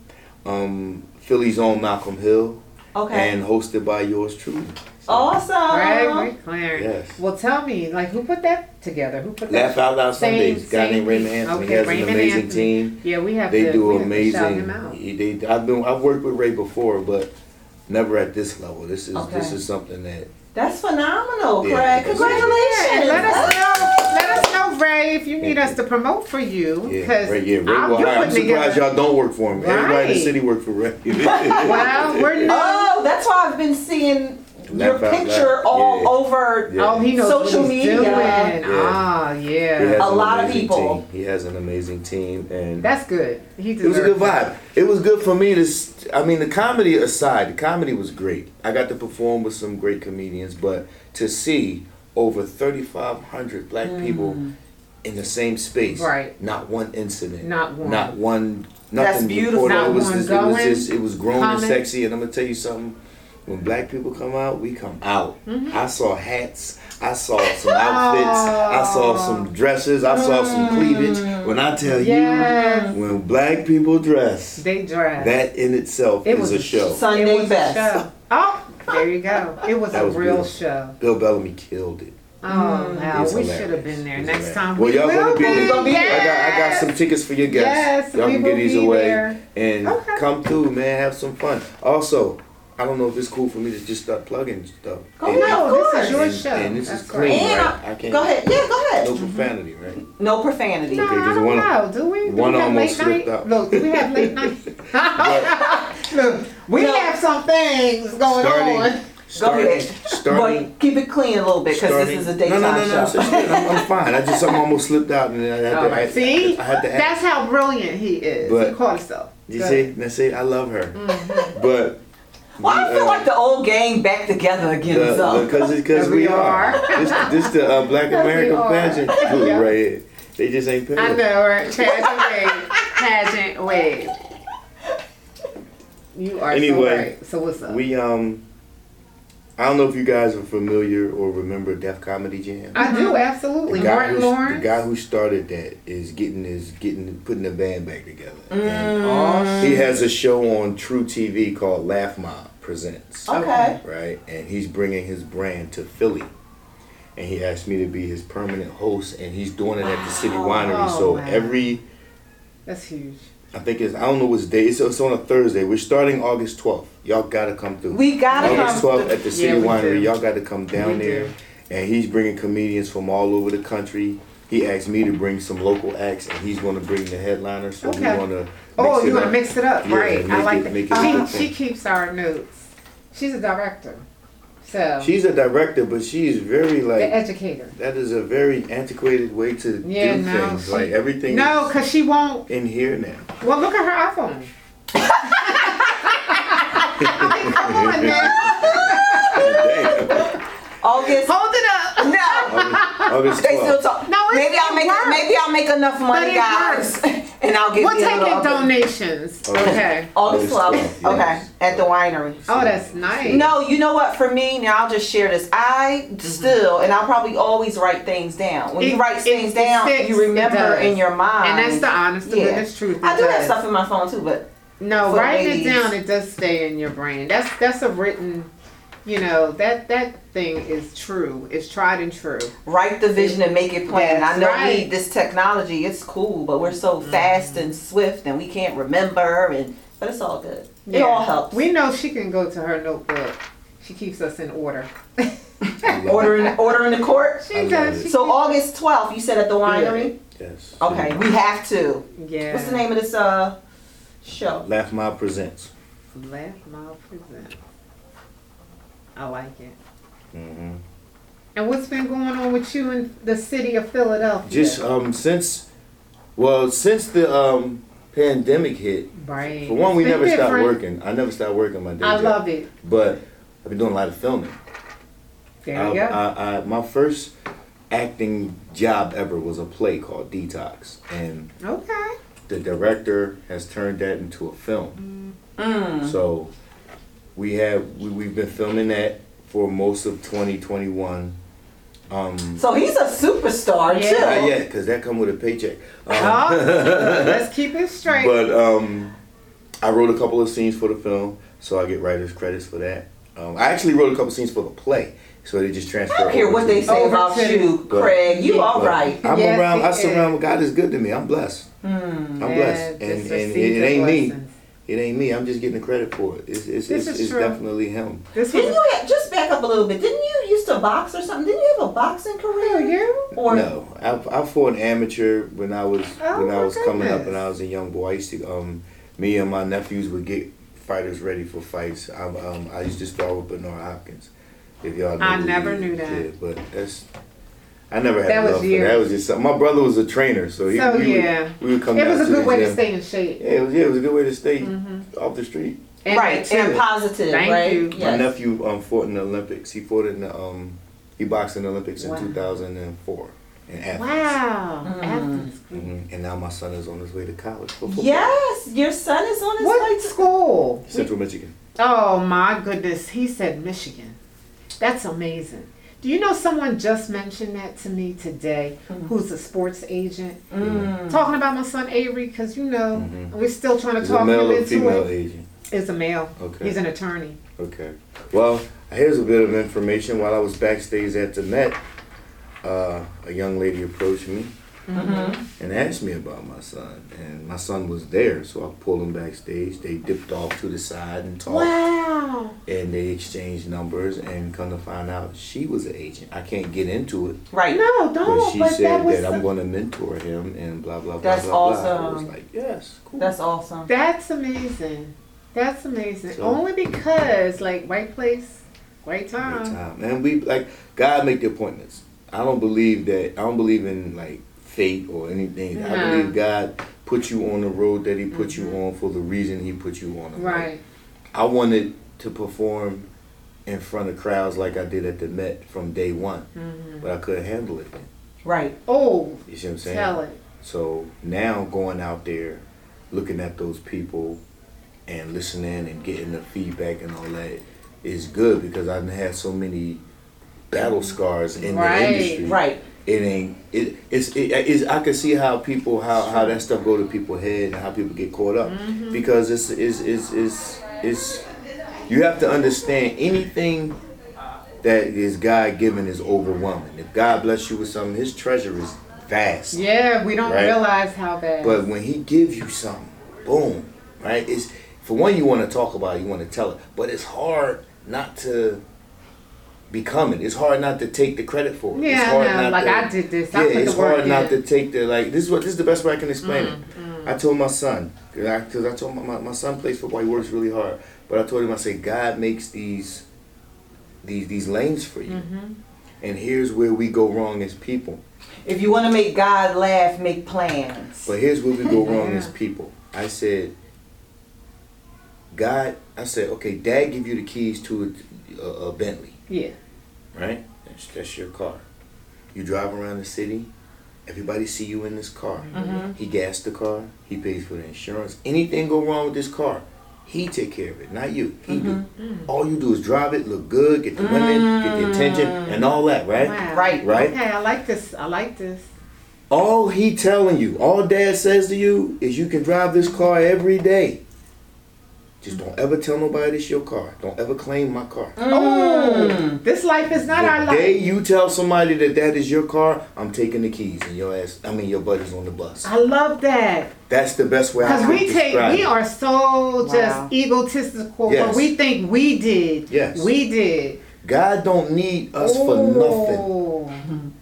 [SPEAKER 2] Um, Philly's own Malcolm Hill,
[SPEAKER 1] Okay.
[SPEAKER 2] and hosted by yours truly.
[SPEAKER 3] Gregory
[SPEAKER 1] Awesome.
[SPEAKER 3] Clarence.
[SPEAKER 2] Yes.
[SPEAKER 3] Well, tell me, like, who put that together? Who put that?
[SPEAKER 2] Laugh Out Loud
[SPEAKER 3] Same-
[SPEAKER 2] Sundays. guy
[SPEAKER 3] same
[SPEAKER 2] named Raymond
[SPEAKER 3] thing.
[SPEAKER 2] Anthony.
[SPEAKER 3] Okay,
[SPEAKER 2] he has
[SPEAKER 3] Raymond
[SPEAKER 2] an amazing
[SPEAKER 3] Anthony.
[SPEAKER 2] team.
[SPEAKER 3] Yeah, we have
[SPEAKER 2] They
[SPEAKER 3] to.
[SPEAKER 2] do
[SPEAKER 3] we have to shout
[SPEAKER 2] amazing.
[SPEAKER 3] him out.
[SPEAKER 2] He- they- I've been I've worked with Ray before, but never at this level. This is this
[SPEAKER 1] Okay.
[SPEAKER 2] is something that
[SPEAKER 1] That's phenomenal,
[SPEAKER 2] Yeah,
[SPEAKER 1] Craig.
[SPEAKER 2] that's-
[SPEAKER 1] Congratulations.
[SPEAKER 3] Let us
[SPEAKER 1] That's-
[SPEAKER 3] know. Let us know, Ray, if you need us to promote for you.
[SPEAKER 2] yeah,
[SPEAKER 3] Cause
[SPEAKER 2] Ray, yeah, Ray
[SPEAKER 3] I'm,
[SPEAKER 2] will
[SPEAKER 3] you're
[SPEAKER 2] hire. I'm
[SPEAKER 3] putting
[SPEAKER 2] surprised
[SPEAKER 3] together-
[SPEAKER 2] y'all don't work for him. Everybody in
[SPEAKER 3] Right.
[SPEAKER 2] the city worked for Ray.
[SPEAKER 3] Well, we're not.
[SPEAKER 1] Oh, that's why I've been seeing your
[SPEAKER 2] Left out loud.
[SPEAKER 1] picture all
[SPEAKER 2] Yeah.
[SPEAKER 1] over.
[SPEAKER 2] Yeah.
[SPEAKER 3] Oh, he knows
[SPEAKER 1] Social
[SPEAKER 3] what he's
[SPEAKER 1] media.
[SPEAKER 3] doing.
[SPEAKER 1] Yeah.
[SPEAKER 3] Ah,
[SPEAKER 2] He
[SPEAKER 3] yeah.
[SPEAKER 2] has
[SPEAKER 1] A
[SPEAKER 2] an
[SPEAKER 1] lot of
[SPEAKER 2] amazing
[SPEAKER 1] people.
[SPEAKER 2] Team. He has an amazing team, and
[SPEAKER 3] That's good. He
[SPEAKER 2] it was a good
[SPEAKER 3] deserves
[SPEAKER 2] vibe. It was good for me to. s- I mean, the comedy aside, the comedy was great. I got to perform with some great comedians, but to see over thirty five hundred black people in the same space,
[SPEAKER 3] Mm. Right.
[SPEAKER 2] Not one incident,
[SPEAKER 3] Not one.
[SPEAKER 2] not one, nothing.
[SPEAKER 1] That's beautiful.
[SPEAKER 2] reported.
[SPEAKER 3] Not
[SPEAKER 2] it was
[SPEAKER 3] one
[SPEAKER 2] just, it was
[SPEAKER 3] going,
[SPEAKER 2] just, it was grown
[SPEAKER 3] coming.
[SPEAKER 2] and sexy. And I'm gonna tell you something. When black people come out, we come out.
[SPEAKER 3] Mm-hmm.
[SPEAKER 2] I saw hats. I saw some outfits. I saw
[SPEAKER 3] Oh.
[SPEAKER 2] some dresses. I saw some cleavage. When I tell
[SPEAKER 3] Yes.
[SPEAKER 2] you, when black people dress,
[SPEAKER 3] They dress.
[SPEAKER 2] that in itself
[SPEAKER 3] It
[SPEAKER 2] is
[SPEAKER 3] was
[SPEAKER 2] a
[SPEAKER 3] a
[SPEAKER 2] show.
[SPEAKER 3] It was
[SPEAKER 1] Sunday
[SPEAKER 3] a
[SPEAKER 1] best.
[SPEAKER 3] show. Oh, there you go. It was
[SPEAKER 2] That
[SPEAKER 3] a
[SPEAKER 2] was
[SPEAKER 3] real
[SPEAKER 2] beautiful.
[SPEAKER 3] show.
[SPEAKER 2] Bill Bellamy killed it.
[SPEAKER 3] Oh,
[SPEAKER 1] Mm.
[SPEAKER 3] wow.
[SPEAKER 2] It's
[SPEAKER 3] We
[SPEAKER 2] hilarious.
[SPEAKER 3] should have been there.
[SPEAKER 2] It's
[SPEAKER 3] Next
[SPEAKER 2] hilarious.
[SPEAKER 3] time
[SPEAKER 2] well,
[SPEAKER 3] we
[SPEAKER 2] y'all
[SPEAKER 3] will
[SPEAKER 2] gonna be. there.
[SPEAKER 1] gonna be there.
[SPEAKER 2] I got I got some tickets for your guests.
[SPEAKER 3] Yes,
[SPEAKER 2] y'all
[SPEAKER 3] we
[SPEAKER 2] can
[SPEAKER 3] will
[SPEAKER 2] get these
[SPEAKER 3] be
[SPEAKER 2] away
[SPEAKER 3] there.
[SPEAKER 2] and
[SPEAKER 3] Okay.
[SPEAKER 2] come through, man. Have some fun. Also, I don't know if it's cool for me to just start plugging stuff.
[SPEAKER 1] Go
[SPEAKER 2] And-
[SPEAKER 1] ahead.
[SPEAKER 3] No, this
[SPEAKER 1] course.
[SPEAKER 3] is your
[SPEAKER 2] and,
[SPEAKER 3] show.
[SPEAKER 2] and this is
[SPEAKER 3] That's
[SPEAKER 2] clean,
[SPEAKER 3] great.
[SPEAKER 1] And
[SPEAKER 2] right?
[SPEAKER 1] I-
[SPEAKER 2] I can't.
[SPEAKER 1] go ahead. Yeah, go
[SPEAKER 2] No
[SPEAKER 1] ahead.
[SPEAKER 2] profanity, right?
[SPEAKER 1] No profanity.
[SPEAKER 3] No,
[SPEAKER 2] Okay,
[SPEAKER 3] I
[SPEAKER 2] there's
[SPEAKER 3] don't
[SPEAKER 2] one-
[SPEAKER 3] know. Do we? Do
[SPEAKER 2] one
[SPEAKER 3] we have
[SPEAKER 2] almost
[SPEAKER 3] late night?
[SPEAKER 2] slipped out.
[SPEAKER 3] Look, do we have late night? Look, we
[SPEAKER 1] No.
[SPEAKER 3] have some things going on.
[SPEAKER 2] Starting, starting,
[SPEAKER 1] ahead.
[SPEAKER 2] starting.
[SPEAKER 1] But keep it clean a little bit because this is a
[SPEAKER 2] starting-
[SPEAKER 1] daytime
[SPEAKER 2] no, no, no, no,
[SPEAKER 1] show.
[SPEAKER 2] it's good. I'm, I'm fine. I just I'm almost slipped out and then I had
[SPEAKER 3] All
[SPEAKER 2] to. I,
[SPEAKER 3] right. See,
[SPEAKER 2] I had to ask.
[SPEAKER 3] that's how brilliant he is. he
[SPEAKER 2] But-
[SPEAKER 3] caught himself.
[SPEAKER 2] You
[SPEAKER 3] Go
[SPEAKER 2] see,
[SPEAKER 3] ahead. Mm-hmm.
[SPEAKER 2] now see, I love her, but uh,
[SPEAKER 1] Well, I
[SPEAKER 2] the,
[SPEAKER 1] feel
[SPEAKER 2] uh,
[SPEAKER 1] like the old gang back together again. so.
[SPEAKER 2] because because
[SPEAKER 3] we
[SPEAKER 2] we are.
[SPEAKER 3] are.
[SPEAKER 2] this this the uh, Black
[SPEAKER 3] Because we
[SPEAKER 2] American
[SPEAKER 3] are.
[SPEAKER 2] pageant crew
[SPEAKER 3] Yeah.
[SPEAKER 2] right here. They just ain't paying.
[SPEAKER 3] I know, right? Pageant wave, pageant wave. You are so
[SPEAKER 2] Anyway,
[SPEAKER 3] right. So what's up?
[SPEAKER 2] We um, I don't know if you guys are familiar or remember Def Comedy Jam.
[SPEAKER 3] I do
[SPEAKER 2] The
[SPEAKER 3] absolutely.
[SPEAKER 2] guy,
[SPEAKER 3] Uh, Martin
[SPEAKER 2] who,
[SPEAKER 3] Lawrence.
[SPEAKER 2] the guy who started that is getting is getting putting the band back together. And
[SPEAKER 3] Awesome.
[SPEAKER 2] He has a show on True TV called Laugh Mob Presents.
[SPEAKER 1] Okay.
[SPEAKER 2] right? And he's bringing his brand to Philly. And he asked me to be his permanent host, and he's doing it at the City Winery.
[SPEAKER 3] Oh,
[SPEAKER 2] so
[SPEAKER 3] wow.
[SPEAKER 2] every,
[SPEAKER 3] That's huge.
[SPEAKER 2] I think it's, I don't know which day, it's, it's on a Thursday. We're starting August 12th. Y'all gotta come through.
[SPEAKER 1] We gotta
[SPEAKER 2] August
[SPEAKER 1] come
[SPEAKER 2] 12th at the City
[SPEAKER 3] Yeah, we do.
[SPEAKER 2] Winery. Y'all gotta come down
[SPEAKER 3] We
[SPEAKER 2] there.
[SPEAKER 3] do.
[SPEAKER 2] And he's bringing comedians from all over the country. He asked me to bring some local acts, and he's gonna bring the headliner. So
[SPEAKER 3] Okay.
[SPEAKER 2] we wanna.
[SPEAKER 3] Oh, you
[SPEAKER 2] it
[SPEAKER 3] want to
[SPEAKER 2] up.
[SPEAKER 3] mix it up,
[SPEAKER 2] Yeah,
[SPEAKER 3] right? I
[SPEAKER 2] make
[SPEAKER 3] like
[SPEAKER 2] it-
[SPEAKER 3] that.
[SPEAKER 2] make it a good
[SPEAKER 3] she, she
[SPEAKER 2] thing.
[SPEAKER 3] keeps our notes. She's a director, so
[SPEAKER 2] She's a director, but she's very like.
[SPEAKER 3] the educator.
[SPEAKER 2] That is a very antiquated way to
[SPEAKER 3] Yeah,
[SPEAKER 2] do
[SPEAKER 3] no,
[SPEAKER 2] things.
[SPEAKER 3] she-
[SPEAKER 2] like everything
[SPEAKER 3] No,
[SPEAKER 2] is
[SPEAKER 3] cause she won't.
[SPEAKER 2] in here now.
[SPEAKER 3] Well, look at her iPhone. Come on now,
[SPEAKER 2] Damn.
[SPEAKER 1] August.
[SPEAKER 3] hold it up.
[SPEAKER 1] No.
[SPEAKER 2] August
[SPEAKER 1] They still
[SPEAKER 2] 12th.
[SPEAKER 1] talk.
[SPEAKER 3] Oh, No, it's-
[SPEAKER 1] maybe I'll
[SPEAKER 3] it
[SPEAKER 1] make
[SPEAKER 3] works.
[SPEAKER 1] maybe I'll make enough money,
[SPEAKER 3] it
[SPEAKER 1] guys,
[SPEAKER 3] works.
[SPEAKER 1] and And I'll give
[SPEAKER 3] We'll
[SPEAKER 1] you another
[SPEAKER 3] take
[SPEAKER 1] update.
[SPEAKER 3] donations.
[SPEAKER 2] Okay.
[SPEAKER 3] Okay.
[SPEAKER 1] August 12th.
[SPEAKER 2] August 12th,
[SPEAKER 1] Okay,
[SPEAKER 2] yes.
[SPEAKER 1] at the winery.
[SPEAKER 3] Oh, that's nice.
[SPEAKER 1] No, you know what? For me, now I'll just share this. I still, and I'll probably always write things down. When
[SPEAKER 3] Mm-hmm. It-
[SPEAKER 1] you write
[SPEAKER 3] it
[SPEAKER 1] things down,
[SPEAKER 3] sticks,
[SPEAKER 1] you remember
[SPEAKER 3] it does.
[SPEAKER 1] in your mind.
[SPEAKER 3] And that's the honest to
[SPEAKER 1] Yeah.
[SPEAKER 3] goodness truth.
[SPEAKER 1] I
[SPEAKER 3] it
[SPEAKER 1] do have
[SPEAKER 3] does.
[SPEAKER 1] stuff in my phone too, but
[SPEAKER 3] No,
[SPEAKER 1] for
[SPEAKER 3] writing it
[SPEAKER 1] ladies.
[SPEAKER 3] down, it does stay in your brain. That's that's a written, you know, that that thing is true. It's tried and true.
[SPEAKER 1] write the vision and make it plain.
[SPEAKER 3] That's
[SPEAKER 1] I know
[SPEAKER 3] right. Mm-hmm.
[SPEAKER 1] we need this technology. It's cool, but we're so fast and swift, and we can't remember. And but it's all good. It all helps.
[SPEAKER 3] We know she can go to her notebook. She keeps us in order.
[SPEAKER 2] I love it.
[SPEAKER 1] ordering ordering the court.
[SPEAKER 3] She
[SPEAKER 2] I love
[SPEAKER 3] does.
[SPEAKER 2] it.
[SPEAKER 3] She
[SPEAKER 1] So oh,
[SPEAKER 3] keeps-
[SPEAKER 1] August twelfth, you said at the winery.
[SPEAKER 2] Yes.
[SPEAKER 1] Okay, we have to.
[SPEAKER 3] yeah.
[SPEAKER 1] What's the name of this uh show?
[SPEAKER 2] Laugh Mob presents.
[SPEAKER 3] Last Mile Present. I like it.
[SPEAKER 2] hmm
[SPEAKER 3] And what's been going on with you in the city of Philadelphia?
[SPEAKER 2] Just um since, well since the um pandemic hit.
[SPEAKER 3] right.
[SPEAKER 2] For one, we
[SPEAKER 3] It's been
[SPEAKER 2] never stopped
[SPEAKER 3] different.
[SPEAKER 2] working. I never stopped working my day
[SPEAKER 3] I
[SPEAKER 2] job.
[SPEAKER 3] love it.
[SPEAKER 2] But I've been doing a lot of filming.
[SPEAKER 3] There you
[SPEAKER 2] I,
[SPEAKER 3] go.
[SPEAKER 2] I, I, my first acting job ever was a play called Detox, and
[SPEAKER 3] okay.
[SPEAKER 2] the director has turned that into a film.
[SPEAKER 1] Mm.
[SPEAKER 2] So we have we, we've been filming that for most of 2021. Um,
[SPEAKER 1] So he's a superstar
[SPEAKER 3] Yeah.
[SPEAKER 1] too.
[SPEAKER 2] not yet, because that come with a paycheck. Um,
[SPEAKER 3] Oh, let's keep it straight.
[SPEAKER 2] but um, I wrote a couple of scenes for the film, so I get writers credits for that. Um, I actually wrote a couple scenes for the play, so they just transferred.
[SPEAKER 1] I don't care
[SPEAKER 2] over
[SPEAKER 1] what
[SPEAKER 2] to
[SPEAKER 1] they
[SPEAKER 2] the-
[SPEAKER 1] say
[SPEAKER 3] Over
[SPEAKER 1] about
[SPEAKER 3] to-
[SPEAKER 1] you,
[SPEAKER 2] But-
[SPEAKER 1] Craig. You
[SPEAKER 3] Yeah.
[SPEAKER 1] all
[SPEAKER 2] But
[SPEAKER 1] right.
[SPEAKER 2] I'm
[SPEAKER 3] Yes,
[SPEAKER 2] around.
[SPEAKER 3] he
[SPEAKER 2] I
[SPEAKER 3] is.
[SPEAKER 2] surround. God is good to me. I'm blessed.
[SPEAKER 1] Mm.
[SPEAKER 2] I'm
[SPEAKER 3] Yeah,
[SPEAKER 2] blessed,
[SPEAKER 3] just
[SPEAKER 2] and, and it,
[SPEAKER 3] receive the
[SPEAKER 2] ain't me.
[SPEAKER 3] blessings.
[SPEAKER 2] It ain't me. I'm just getting the credit for it. It's it's,
[SPEAKER 3] This
[SPEAKER 2] it's,
[SPEAKER 3] is
[SPEAKER 2] it's
[SPEAKER 3] true.
[SPEAKER 2] definitely him.
[SPEAKER 3] This
[SPEAKER 1] Didn't
[SPEAKER 3] was
[SPEAKER 1] you ha- just back up a little bit? Didn't you used to box or something? Didn't you have a boxing
[SPEAKER 3] for
[SPEAKER 1] career?
[SPEAKER 3] you.
[SPEAKER 1] Or
[SPEAKER 2] no, I, I fought an amateur when I was
[SPEAKER 3] Oh,
[SPEAKER 2] when I
[SPEAKER 3] my
[SPEAKER 2] was coming up
[SPEAKER 3] goodness.
[SPEAKER 2] and I was a young boy. I used to um, me and my nephews would get fighters ready for fights. I um, I used to start with Bernard Hopkins. If y'all know
[SPEAKER 3] I
[SPEAKER 2] who he
[SPEAKER 3] never
[SPEAKER 2] is,
[SPEAKER 3] knew that.
[SPEAKER 2] yeah, but that's. I never had
[SPEAKER 3] That was
[SPEAKER 2] love for
[SPEAKER 3] you.
[SPEAKER 2] that. That was just something. My brother was a trainer, so he
[SPEAKER 3] So,
[SPEAKER 2] we
[SPEAKER 3] yeah.
[SPEAKER 2] would, we would come.
[SPEAKER 3] It
[SPEAKER 2] down
[SPEAKER 3] was a
[SPEAKER 2] to
[SPEAKER 3] good
[SPEAKER 2] the
[SPEAKER 3] way to
[SPEAKER 2] gym.
[SPEAKER 3] stay Mm-hmm. in shape.
[SPEAKER 2] Yeah, it was, yeah, it was a good way to stay off the street.
[SPEAKER 3] And
[SPEAKER 1] right
[SPEAKER 3] too.
[SPEAKER 1] and positive,
[SPEAKER 3] Thank
[SPEAKER 1] right?
[SPEAKER 3] you.
[SPEAKER 2] My
[SPEAKER 1] Yes.
[SPEAKER 2] nephew um, fought in the Olympics. He fought in the um, he boxed in the Olympics
[SPEAKER 3] Wow.
[SPEAKER 2] in 2004 in Athens.
[SPEAKER 3] Wow.
[SPEAKER 1] Mm.
[SPEAKER 3] Athens.
[SPEAKER 2] hmm And now my son is on his way to college for football.
[SPEAKER 1] Yes, your son is on his
[SPEAKER 3] What
[SPEAKER 1] way.
[SPEAKER 3] school?
[SPEAKER 2] Central Michigan.
[SPEAKER 3] Oh my goodness. He said Michigan. That's amazing. Do you know someone just mentioned that to me today who's a sports agent?
[SPEAKER 1] To, mm.
[SPEAKER 3] Talking about my son Avery, because you know,
[SPEAKER 2] Mhm.
[SPEAKER 3] we're still trying to
[SPEAKER 2] Is it
[SPEAKER 3] talk
[SPEAKER 2] male
[SPEAKER 3] him
[SPEAKER 2] or
[SPEAKER 3] into
[SPEAKER 2] female
[SPEAKER 3] it.
[SPEAKER 2] agent?
[SPEAKER 3] It's a male.
[SPEAKER 2] Okay.
[SPEAKER 3] He's an attorney.
[SPEAKER 2] Okay. Well, here's a bit of information. While I was backstage at the Met, uh, a young lady approached me
[SPEAKER 3] Mm-hmm.
[SPEAKER 2] and asked me about my son. And my son was there, so I pulled him backstage. They dipped off to the side and talked.
[SPEAKER 3] Wow.
[SPEAKER 2] and they exchanged numbers and come to find out she was an agent. I can't get into it,
[SPEAKER 1] Right.
[SPEAKER 3] No,
[SPEAKER 2] but
[SPEAKER 3] don't.
[SPEAKER 2] she
[SPEAKER 3] Oh, But, that
[SPEAKER 2] said
[SPEAKER 3] was
[SPEAKER 2] that, I'm going to mentor him and blah blah blah.
[SPEAKER 1] That's
[SPEAKER 2] blah, Blah. I was
[SPEAKER 1] awesome.
[SPEAKER 2] like, yes, cool.
[SPEAKER 1] That's awesome.
[SPEAKER 3] That's amazing. That's amazing.
[SPEAKER 2] So-
[SPEAKER 3] Only because like right place, right
[SPEAKER 2] Great
[SPEAKER 3] time.
[SPEAKER 2] time. And we like God make the appointments. I don't believe that. I don't believe in like fate or anything. I
[SPEAKER 3] Nah.
[SPEAKER 2] believe God put you on the road that He put you on for the reason He put you on. it. Like,
[SPEAKER 3] Mm-hmm. Right.
[SPEAKER 2] I wanted to perform in front of crowds like I did at the Met from day one,
[SPEAKER 3] Mm-hmm.
[SPEAKER 2] but I couldn't handle it. Then.
[SPEAKER 1] Right.
[SPEAKER 3] Oh,
[SPEAKER 2] You see what I'm saying?
[SPEAKER 3] tell it.
[SPEAKER 2] So now going out there, looking at those people, and listening and getting the feedback and all that is good because I've had so many battle scars in
[SPEAKER 3] Right.
[SPEAKER 2] the industry.
[SPEAKER 1] Right.
[SPEAKER 2] It ain't. It, it's. It, it's. I can see how people how, how that stuff go to people's head and how people get caught up because it's it's it's it's it's. You have to understand anything that is God given is overwhelming. If God bless you with something, His treasure is vast.
[SPEAKER 3] Yeah, we don't
[SPEAKER 2] Right.
[SPEAKER 3] realize how bad.
[SPEAKER 2] But when he gives you something, boom, right? It's for one you want to talk about, it, you want to tell it, but it's hard not to become it. It's hard not to take the credit for it. it's
[SPEAKER 3] yeah,
[SPEAKER 2] hard
[SPEAKER 3] I know.
[SPEAKER 2] not
[SPEAKER 3] Like
[SPEAKER 2] to-
[SPEAKER 3] I did this.
[SPEAKER 2] yeah,
[SPEAKER 3] I put
[SPEAKER 2] it's
[SPEAKER 3] the work
[SPEAKER 2] hard
[SPEAKER 3] in. Mm,
[SPEAKER 2] not to take the like. This is what this is the best way I can explain it. I told my son because I, told my, my my son plays football. He works really hard, but I told him I said God makes these these these lanes for you,
[SPEAKER 3] Mm-hmm.
[SPEAKER 2] and here's where we go wrong as people.
[SPEAKER 1] If you want to make God laugh, make plans.
[SPEAKER 2] But here's where we go wrong
[SPEAKER 3] Yeah.
[SPEAKER 2] as people. I said, God, I said, okay, Dad give you the keys to a, a, a Bentley,
[SPEAKER 3] yeah.
[SPEAKER 2] right? That's, that's your car. You drive around the city, Everybody see you in this car. He gassed the car. He pays for the insurance. Anything go wrong with this car, he take care of it, not you. He do. All you do is drive it, look good, get the women, get the attention, and all that, right?
[SPEAKER 3] Wow.
[SPEAKER 1] Right.
[SPEAKER 2] Right?
[SPEAKER 3] Okay, I like this. I like this.
[SPEAKER 2] All he telling you, all dad says to you is you can drive this car every day. Just don't ever tell nobody it's your car. Don't ever claim my car.
[SPEAKER 3] Oh, this life is Mm, not our
[SPEAKER 2] The day
[SPEAKER 3] life.
[SPEAKER 2] you tell somebody that that is your car, I'm taking the keys and your ass. I mean, your butt is on the bus.
[SPEAKER 3] I love that.
[SPEAKER 2] That's the best way. I
[SPEAKER 3] Because
[SPEAKER 2] can
[SPEAKER 3] we take,
[SPEAKER 2] describe
[SPEAKER 3] we
[SPEAKER 2] it.
[SPEAKER 3] are so just
[SPEAKER 1] Wow.
[SPEAKER 3] egotistical,
[SPEAKER 2] Yes.
[SPEAKER 3] but we think we did.
[SPEAKER 2] Yes.
[SPEAKER 3] We did.
[SPEAKER 2] God don't need us
[SPEAKER 3] Oh.
[SPEAKER 2] for nothing.
[SPEAKER 3] nothing.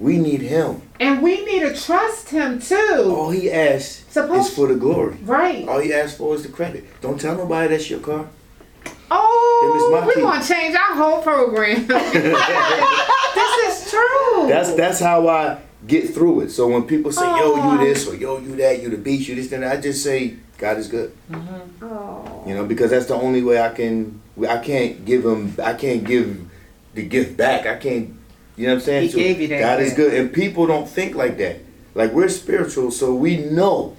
[SPEAKER 2] We need Him.
[SPEAKER 3] And we need to trust him too.
[SPEAKER 2] All He asks
[SPEAKER 3] Suppose-
[SPEAKER 2] is for the glory.
[SPEAKER 3] Right.
[SPEAKER 2] All He asks for is the credit. Don't tell nobody that's your car.
[SPEAKER 3] Oh,
[SPEAKER 2] Then it's my
[SPEAKER 3] we're going to change our whole program. this is true.
[SPEAKER 2] That's that's how I get through it. So when people say, "Yo,
[SPEAKER 3] Aw.
[SPEAKER 2] you this," or "Yo, you that," "You the beast," "You this," then I just say, "God is good."
[SPEAKER 3] Oh.
[SPEAKER 2] You know, because that's the only way I can. I can't give them. I can't give the gift back. I can't. You know what I'm saying?
[SPEAKER 3] He gave you that
[SPEAKER 2] God is
[SPEAKER 3] gift.
[SPEAKER 2] good, and people don't think like that. Like we're spiritual, so we know.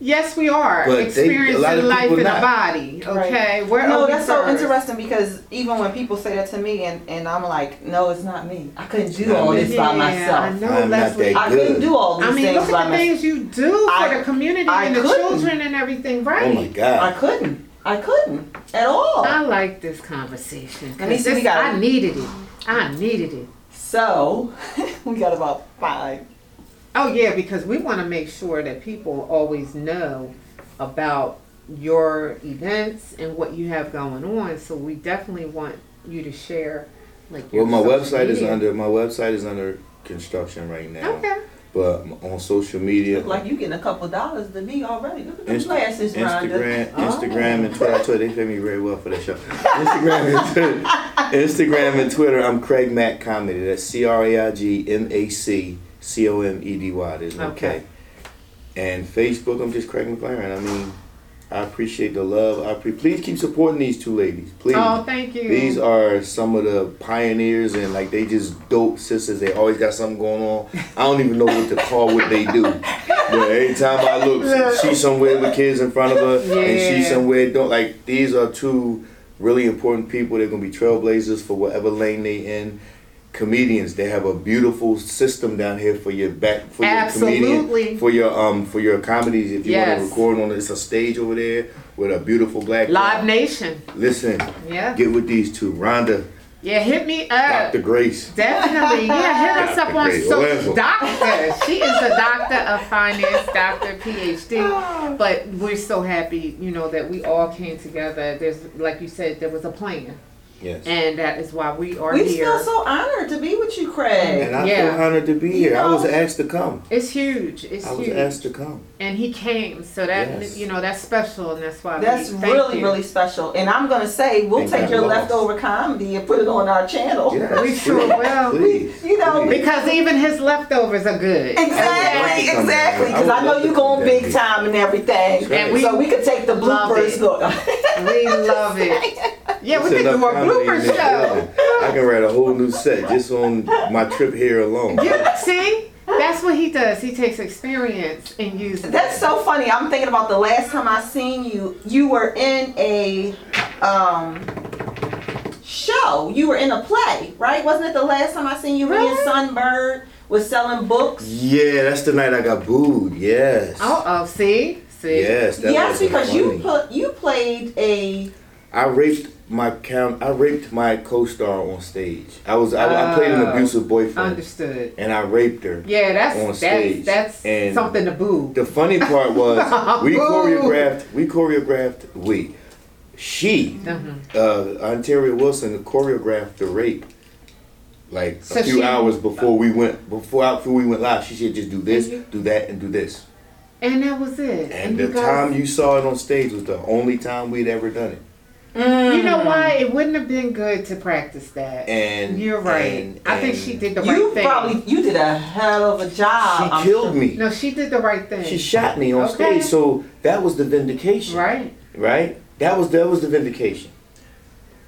[SPEAKER 3] Yes, we are
[SPEAKER 2] But they- a
[SPEAKER 3] experiencing
[SPEAKER 2] lot of
[SPEAKER 3] life
[SPEAKER 2] people
[SPEAKER 3] in
[SPEAKER 2] not.
[SPEAKER 3] a body. Okay, where
[SPEAKER 1] no,
[SPEAKER 3] are we
[SPEAKER 1] that's so
[SPEAKER 3] first?
[SPEAKER 1] interesting because even when people say that to me, and, and I'm like, no, it's not me. I couldn't do
[SPEAKER 2] Not
[SPEAKER 1] all
[SPEAKER 2] me.
[SPEAKER 1] this by
[SPEAKER 3] Yeah, I
[SPEAKER 1] myself.
[SPEAKER 3] know,
[SPEAKER 2] I'm not
[SPEAKER 3] Leslie.
[SPEAKER 2] that
[SPEAKER 1] I couldn't do all these
[SPEAKER 3] I mean,
[SPEAKER 1] things
[SPEAKER 3] look
[SPEAKER 1] by
[SPEAKER 3] at the
[SPEAKER 1] myself.
[SPEAKER 3] things you do for
[SPEAKER 1] I-
[SPEAKER 3] the community
[SPEAKER 1] I
[SPEAKER 3] and the
[SPEAKER 1] couldn't.
[SPEAKER 3] children and everything,
[SPEAKER 2] Oh my
[SPEAKER 3] right?
[SPEAKER 1] I
[SPEAKER 2] God!
[SPEAKER 1] couldn't. I couldn't at all.
[SPEAKER 3] I like this conversation.
[SPEAKER 1] Let me
[SPEAKER 3] 'cause
[SPEAKER 1] see, we
[SPEAKER 3] this-
[SPEAKER 1] got
[SPEAKER 3] I
[SPEAKER 1] it.
[SPEAKER 3] needed it. I needed it.
[SPEAKER 1] So we got about five.
[SPEAKER 3] Oh yeah, because we want to make sure that people always know about your events and what you have going on. So we definitely want you to share, like. your
[SPEAKER 2] Well, my
[SPEAKER 3] social
[SPEAKER 2] website is
[SPEAKER 3] media.
[SPEAKER 2] under. My website is under construction right now.
[SPEAKER 3] Okay.
[SPEAKER 2] But on social media,
[SPEAKER 1] Like you getting a couple dollars to me already. Look at the
[SPEAKER 2] Inst-
[SPEAKER 1] classes, Rhonda.
[SPEAKER 2] Instagram,
[SPEAKER 3] Oh.
[SPEAKER 2] Instagram, and Twitter. I Twitter. They pay me very well for that show. Instagram and Twitter. Instagram and Twitter. I'm Craig Mack Comedy. That's C R A I G M A C C O M E D Y. There's no
[SPEAKER 3] Okay.
[SPEAKER 2] K. And Facebook. I'm just Craig McLaren. I mean, I appreciate the love. I pre- please keep supporting these two ladies. Please.
[SPEAKER 3] Oh, thank you.
[SPEAKER 2] These are some of the pioneers and like they just dope sisters. They always got something going on. I don't even know what to call what they do. But every time I look, she's somewhere with kids in front of her, and she's
[SPEAKER 3] Yeah.
[SPEAKER 2] somewhere don't like. These are two really important people. They're gonna be trailblazers for whatever lane they in. Comedians, they have a beautiful system down here for your back for your
[SPEAKER 3] Absolutely.
[SPEAKER 2] comedian for your um for your comedies. If you
[SPEAKER 3] Yes.
[SPEAKER 2] want to record on, it, it's a stage over there with a beautiful black
[SPEAKER 3] Live
[SPEAKER 2] girl.
[SPEAKER 3] Nation.
[SPEAKER 2] Listen,
[SPEAKER 3] Yeah.
[SPEAKER 2] get with these two, Rhonda.
[SPEAKER 3] Yeah, hit me up.
[SPEAKER 2] Dr. Grace.
[SPEAKER 3] Definitely. Yeah, hit us up
[SPEAKER 2] Dr.
[SPEAKER 3] on
[SPEAKER 2] Grace
[SPEAKER 3] social.
[SPEAKER 2] Orlando.
[SPEAKER 3] Doctor. She is a doctor of finance, doctor,
[SPEAKER 1] Ah.
[SPEAKER 3] PhD. But we're so happy, you know, that we all came together. There's, like you said, there was a plan.
[SPEAKER 2] Yes. And,
[SPEAKER 3] And that is why we are
[SPEAKER 1] We
[SPEAKER 3] here.
[SPEAKER 1] feel so honored to be with you, Craig.
[SPEAKER 2] I
[SPEAKER 3] Yeah.
[SPEAKER 2] feel honored to be here. I was
[SPEAKER 1] know?
[SPEAKER 2] asked to come.
[SPEAKER 3] it's huge. It's
[SPEAKER 2] I was
[SPEAKER 3] huge.
[SPEAKER 2] asked to come.
[SPEAKER 3] And he came. So that,
[SPEAKER 2] Yes.
[SPEAKER 3] you know, that's special. And that's why
[SPEAKER 1] That's
[SPEAKER 3] we thank
[SPEAKER 1] really,
[SPEAKER 3] you.
[SPEAKER 1] really special. And I'm gonna say we'll
[SPEAKER 2] Thank
[SPEAKER 1] take
[SPEAKER 2] God
[SPEAKER 1] your
[SPEAKER 2] we lost.
[SPEAKER 1] leftover comedy and put it on our channel.
[SPEAKER 2] Yes,
[SPEAKER 3] We sure
[SPEAKER 2] please,
[SPEAKER 3] will.
[SPEAKER 2] Please.
[SPEAKER 1] You know,
[SPEAKER 2] please.
[SPEAKER 3] Because even his leftovers are good.
[SPEAKER 1] Exactly,
[SPEAKER 2] I would love to come
[SPEAKER 1] exactly.
[SPEAKER 2] down. I
[SPEAKER 1] Because
[SPEAKER 2] would
[SPEAKER 1] I, know
[SPEAKER 2] love to
[SPEAKER 1] you
[SPEAKER 2] come
[SPEAKER 1] going
[SPEAKER 2] down
[SPEAKER 1] big
[SPEAKER 2] here.
[SPEAKER 1] time and everything.
[SPEAKER 2] And
[SPEAKER 3] we
[SPEAKER 1] so we could take the
[SPEAKER 3] love
[SPEAKER 1] bloopers.
[SPEAKER 3] it.
[SPEAKER 1] Look,
[SPEAKER 3] We love it. Yeah, we
[SPEAKER 2] It's
[SPEAKER 3] could do a
[SPEAKER 2] enough comedy in
[SPEAKER 3] blooper
[SPEAKER 2] this
[SPEAKER 3] show.
[SPEAKER 2] building. I can write a whole new set just on my trip here alone.
[SPEAKER 3] You see, that's what he does. He takes experience and uses.
[SPEAKER 1] that's so funny. I'm thinking about the last time I seen you. You were in a um show. You were in a play, right? Wasn't it the last time I seen you? Me and
[SPEAKER 3] Really?
[SPEAKER 1] Sunbird was selling books.
[SPEAKER 2] Yeah, that's the night I got booed. Yes.
[SPEAKER 3] Oh, oh, see, see.
[SPEAKER 2] Yes. That
[SPEAKER 1] yes,
[SPEAKER 2] wasn't
[SPEAKER 1] because
[SPEAKER 2] funny.
[SPEAKER 1] you put you played a
[SPEAKER 2] I raped my count. I raped my co-star on stage. I was. I, I played an
[SPEAKER 3] Oh,
[SPEAKER 2] abusive boyfriend,
[SPEAKER 3] Understood.
[SPEAKER 2] and I raped her.
[SPEAKER 3] Yeah, that's
[SPEAKER 2] On
[SPEAKER 3] that's
[SPEAKER 2] stage.
[SPEAKER 3] that's
[SPEAKER 2] And-
[SPEAKER 3] something to boo.
[SPEAKER 2] The funny part was we
[SPEAKER 3] Boo.
[SPEAKER 2] choreographed. We choreographed. We, she,
[SPEAKER 3] Mm-hmm.
[SPEAKER 2] uh, Ontario Wilson choreographed the rape. Like
[SPEAKER 3] So
[SPEAKER 2] a few
[SPEAKER 3] she-
[SPEAKER 2] hours before we went before after we went live, she said just do this,
[SPEAKER 3] Mhm.
[SPEAKER 2] do that, and do this.
[SPEAKER 3] And that was it.
[SPEAKER 2] And,
[SPEAKER 3] you
[SPEAKER 2] the
[SPEAKER 3] guys-
[SPEAKER 2] time you saw it on stage was the only time we'd ever done it.
[SPEAKER 3] you know
[SPEAKER 1] Mm.
[SPEAKER 3] why it wouldn't have been good to practice that.
[SPEAKER 2] And
[SPEAKER 3] You're right.
[SPEAKER 2] and-
[SPEAKER 3] I think
[SPEAKER 2] and
[SPEAKER 3] she did the
[SPEAKER 1] you
[SPEAKER 3] right thing.
[SPEAKER 1] probably you did a hell of a job.
[SPEAKER 2] She
[SPEAKER 1] I'm
[SPEAKER 2] killed me.
[SPEAKER 3] Oh, no, she did the right thing.
[SPEAKER 2] She shot me on
[SPEAKER 3] Okay.
[SPEAKER 2] stage, so that was the vindication.
[SPEAKER 3] right.
[SPEAKER 2] right? That was that was the vindication.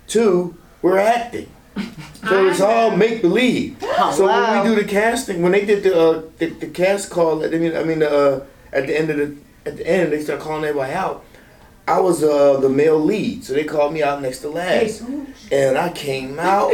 [SPEAKER 2] Two, we're acting. So it's all make believe.
[SPEAKER 3] Oh,
[SPEAKER 2] So
[SPEAKER 1] wow.
[SPEAKER 2] when we do the casting, when they did the uh, the, the cast call, at the, end- I mean, uh, at the end of the at the end, they start calling everybody out. I was uh, the male lead, so they called me out next to last, and I came out.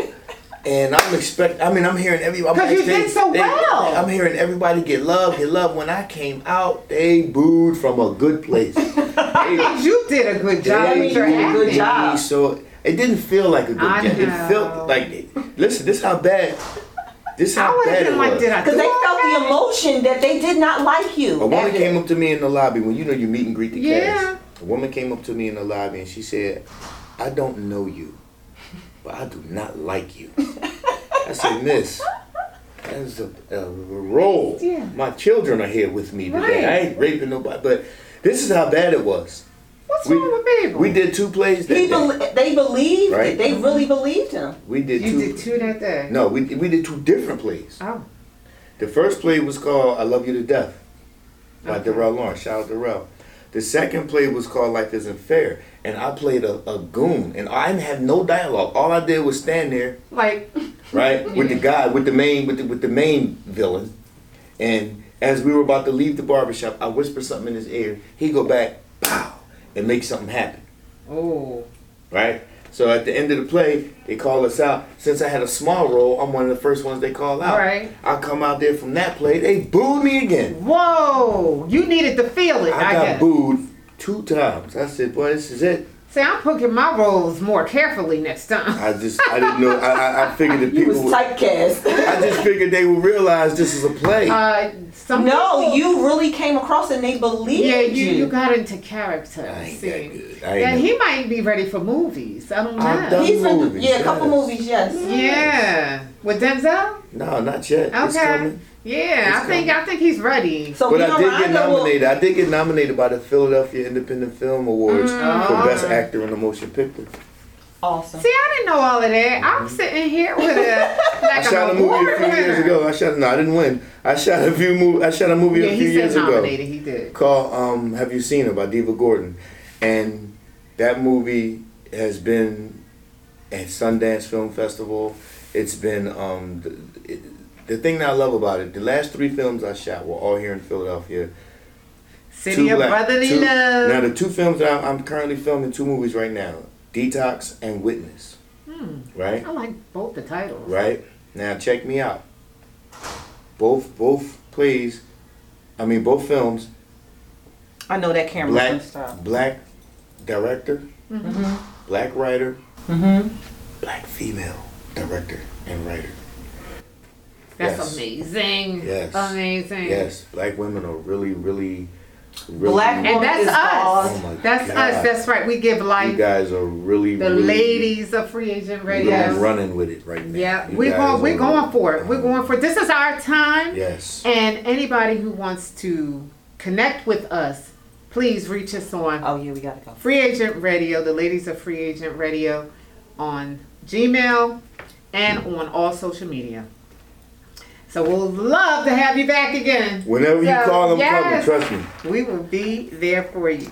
[SPEAKER 2] And I'm expect. I mean, I'm hearing everybody.
[SPEAKER 3] 'Cause you did so well.
[SPEAKER 2] I'm hearing everybody get love, get love. When I came out, they booed from a good place. They-
[SPEAKER 3] You did a good job.
[SPEAKER 2] Dang,
[SPEAKER 3] with your
[SPEAKER 2] you did a good
[SPEAKER 3] acting.
[SPEAKER 2] job. So it didn't feel like a good
[SPEAKER 3] I
[SPEAKER 2] job. It
[SPEAKER 3] know.
[SPEAKER 2] felt like listen. This how bad. This
[SPEAKER 3] I
[SPEAKER 2] how
[SPEAKER 3] would have
[SPEAKER 2] bad it
[SPEAKER 3] been like,
[SPEAKER 2] was.
[SPEAKER 3] did I?
[SPEAKER 1] Because
[SPEAKER 3] do
[SPEAKER 1] they
[SPEAKER 3] all
[SPEAKER 1] felt the
[SPEAKER 3] that?
[SPEAKER 1] emotion that they did not like you.
[SPEAKER 2] a woman
[SPEAKER 1] Evan.
[SPEAKER 2] came up to me in the lobby when you know you meet and greet the
[SPEAKER 3] Yeah.
[SPEAKER 2] cast. A woman came up to me in the lobby and she said, "I don't know you, but I do not like you." I said, "Miss." That is a, a role.
[SPEAKER 3] Yeah.
[SPEAKER 2] My children are here with me today. I
[SPEAKER 3] Right.
[SPEAKER 2] ain't raping nobody, but this is how bad it was.
[SPEAKER 3] What's
[SPEAKER 2] We-
[SPEAKER 3] wrong with people?
[SPEAKER 2] We did two plays that
[SPEAKER 1] He
[SPEAKER 2] day.
[SPEAKER 1] bel they believed
[SPEAKER 2] Right.
[SPEAKER 1] it. They really believed him.
[SPEAKER 2] We did
[SPEAKER 3] You
[SPEAKER 2] two.
[SPEAKER 3] did two that day.
[SPEAKER 2] No, we, we did two different plays.
[SPEAKER 3] Oh.
[SPEAKER 2] The first play was called I Love You to Death by
[SPEAKER 3] Okay.
[SPEAKER 2] Darrell Lawrence. Shout out Darrell. The second play was called Life Isn't Fair. And I played a, a goon. And I didn't have no dialogue. All I did was stand there,
[SPEAKER 3] Like,
[SPEAKER 2] right, with the guy, with the main with the, with the main villain. And as we were about to leave the barbershop, I whispered something in his ear. He go back, pow, and make something happen.
[SPEAKER 3] oh.
[SPEAKER 2] right? So at the end of the play, they call us out. Since I had a small role, I'm one of the first ones they call out.
[SPEAKER 3] Right.
[SPEAKER 2] I come out there from that play, they booed me again.
[SPEAKER 3] Whoa. You needed to feel it.
[SPEAKER 2] I,
[SPEAKER 3] I,
[SPEAKER 2] got
[SPEAKER 3] guess.
[SPEAKER 2] booed two times. I said, "Boy, this is it."
[SPEAKER 3] See, I'm cooking my rolls more carefully next time.
[SPEAKER 2] I just, I didn't know. I, I, I figured the
[SPEAKER 1] He was
[SPEAKER 2] people. Would, I
[SPEAKER 1] typecast.
[SPEAKER 2] just figured they would realize this is a play.
[SPEAKER 3] Uh, some
[SPEAKER 1] no,
[SPEAKER 3] people-
[SPEAKER 1] you really came across and they believed
[SPEAKER 3] Yeah, you,
[SPEAKER 1] you.
[SPEAKER 3] you got into character.
[SPEAKER 2] I ain't
[SPEAKER 3] see.
[SPEAKER 2] that good. I ain't
[SPEAKER 3] Yeah,
[SPEAKER 2] that-
[SPEAKER 3] he might be ready for movies. I don't know.
[SPEAKER 2] I'm done.
[SPEAKER 1] He's been-
[SPEAKER 2] Movies,
[SPEAKER 1] yeah, a couple
[SPEAKER 2] yes.
[SPEAKER 1] movies, yes.
[SPEAKER 3] Yeah, with Denzel.
[SPEAKER 2] no, not yet. It's
[SPEAKER 3] Okay.
[SPEAKER 2] coming.
[SPEAKER 3] Yeah,
[SPEAKER 2] It's
[SPEAKER 3] I think I think he's ready.
[SPEAKER 1] So
[SPEAKER 2] But
[SPEAKER 1] we
[SPEAKER 2] I
[SPEAKER 1] know
[SPEAKER 2] did get
[SPEAKER 1] Rondo will-
[SPEAKER 2] nominated. I did get nominated by the Philadelphia Independent Film Awards
[SPEAKER 3] Mm-hmm.
[SPEAKER 2] for Best Actor in a Motion Picture.
[SPEAKER 1] Awesome.
[SPEAKER 3] See, I didn't know all of that. I'm sitting here with a
[SPEAKER 2] Mm-hmm. I
[SPEAKER 3] like
[SPEAKER 2] shot a
[SPEAKER 3] an
[SPEAKER 2] movie a
[SPEAKER 3] award
[SPEAKER 2] few years
[SPEAKER 3] winner.
[SPEAKER 2] ago. I shot no, I didn't win. I shot a few mo- I shot a movie
[SPEAKER 3] Yeah,
[SPEAKER 2] a few
[SPEAKER 3] he
[SPEAKER 2] years
[SPEAKER 3] said
[SPEAKER 2] ago
[SPEAKER 3] nominated. He did.
[SPEAKER 2] called um, "Have You Seen Her" by Diva Gordon, and that movie has been at Sundance Film Festival. It's been um, the, it, the thing that I love about it. The last three films I shot were all here in Philadelphia.
[SPEAKER 3] City of
[SPEAKER 2] black-
[SPEAKER 3] Brotherly
[SPEAKER 2] two-
[SPEAKER 3] Love.
[SPEAKER 2] Now the two films that I'm, I'm currently filming two movies right now: Detox and Witness. Right.
[SPEAKER 3] I like both the titles.
[SPEAKER 2] Right? Now check me out. Both both plays, I mean both films,
[SPEAKER 1] I know that camera's
[SPEAKER 2] black
[SPEAKER 1] gonna stop.
[SPEAKER 2] black director,
[SPEAKER 3] Mm-hmm.
[SPEAKER 2] black writer, black female director and writer.
[SPEAKER 3] That's
[SPEAKER 2] Yes.
[SPEAKER 3] amazing.
[SPEAKER 2] Yes.
[SPEAKER 3] Amazing.
[SPEAKER 2] Yes, black women are really, really, really
[SPEAKER 1] Black
[SPEAKER 3] And that's
[SPEAKER 1] Is
[SPEAKER 3] us.
[SPEAKER 1] awesome.
[SPEAKER 2] Oh my
[SPEAKER 3] that's us.
[SPEAKER 2] God.
[SPEAKER 3] That's right. We give
[SPEAKER 2] you
[SPEAKER 3] life.
[SPEAKER 2] guys are really
[SPEAKER 3] The
[SPEAKER 2] really,
[SPEAKER 3] ladies of Free Agent
[SPEAKER 2] really
[SPEAKER 3] Radio.
[SPEAKER 2] running with it right now.
[SPEAKER 3] Yeah,
[SPEAKER 2] You
[SPEAKER 3] we
[SPEAKER 2] guys
[SPEAKER 3] going, we're
[SPEAKER 2] are-
[SPEAKER 3] going for it. We're going for it. This is our time.
[SPEAKER 2] Yes.
[SPEAKER 3] And anybody who wants to connect with us, please reach us on
[SPEAKER 1] Oh yeah, we gotta go.
[SPEAKER 3] Free Agent Radio, the ladies of Free Agent Radio, on Gmail and on all social media. So we'll love to have you back again.
[SPEAKER 2] Whenever you
[SPEAKER 3] So,
[SPEAKER 2] call, I'm
[SPEAKER 3] yes.
[SPEAKER 2] coming. Trust me.
[SPEAKER 3] We will be there for you.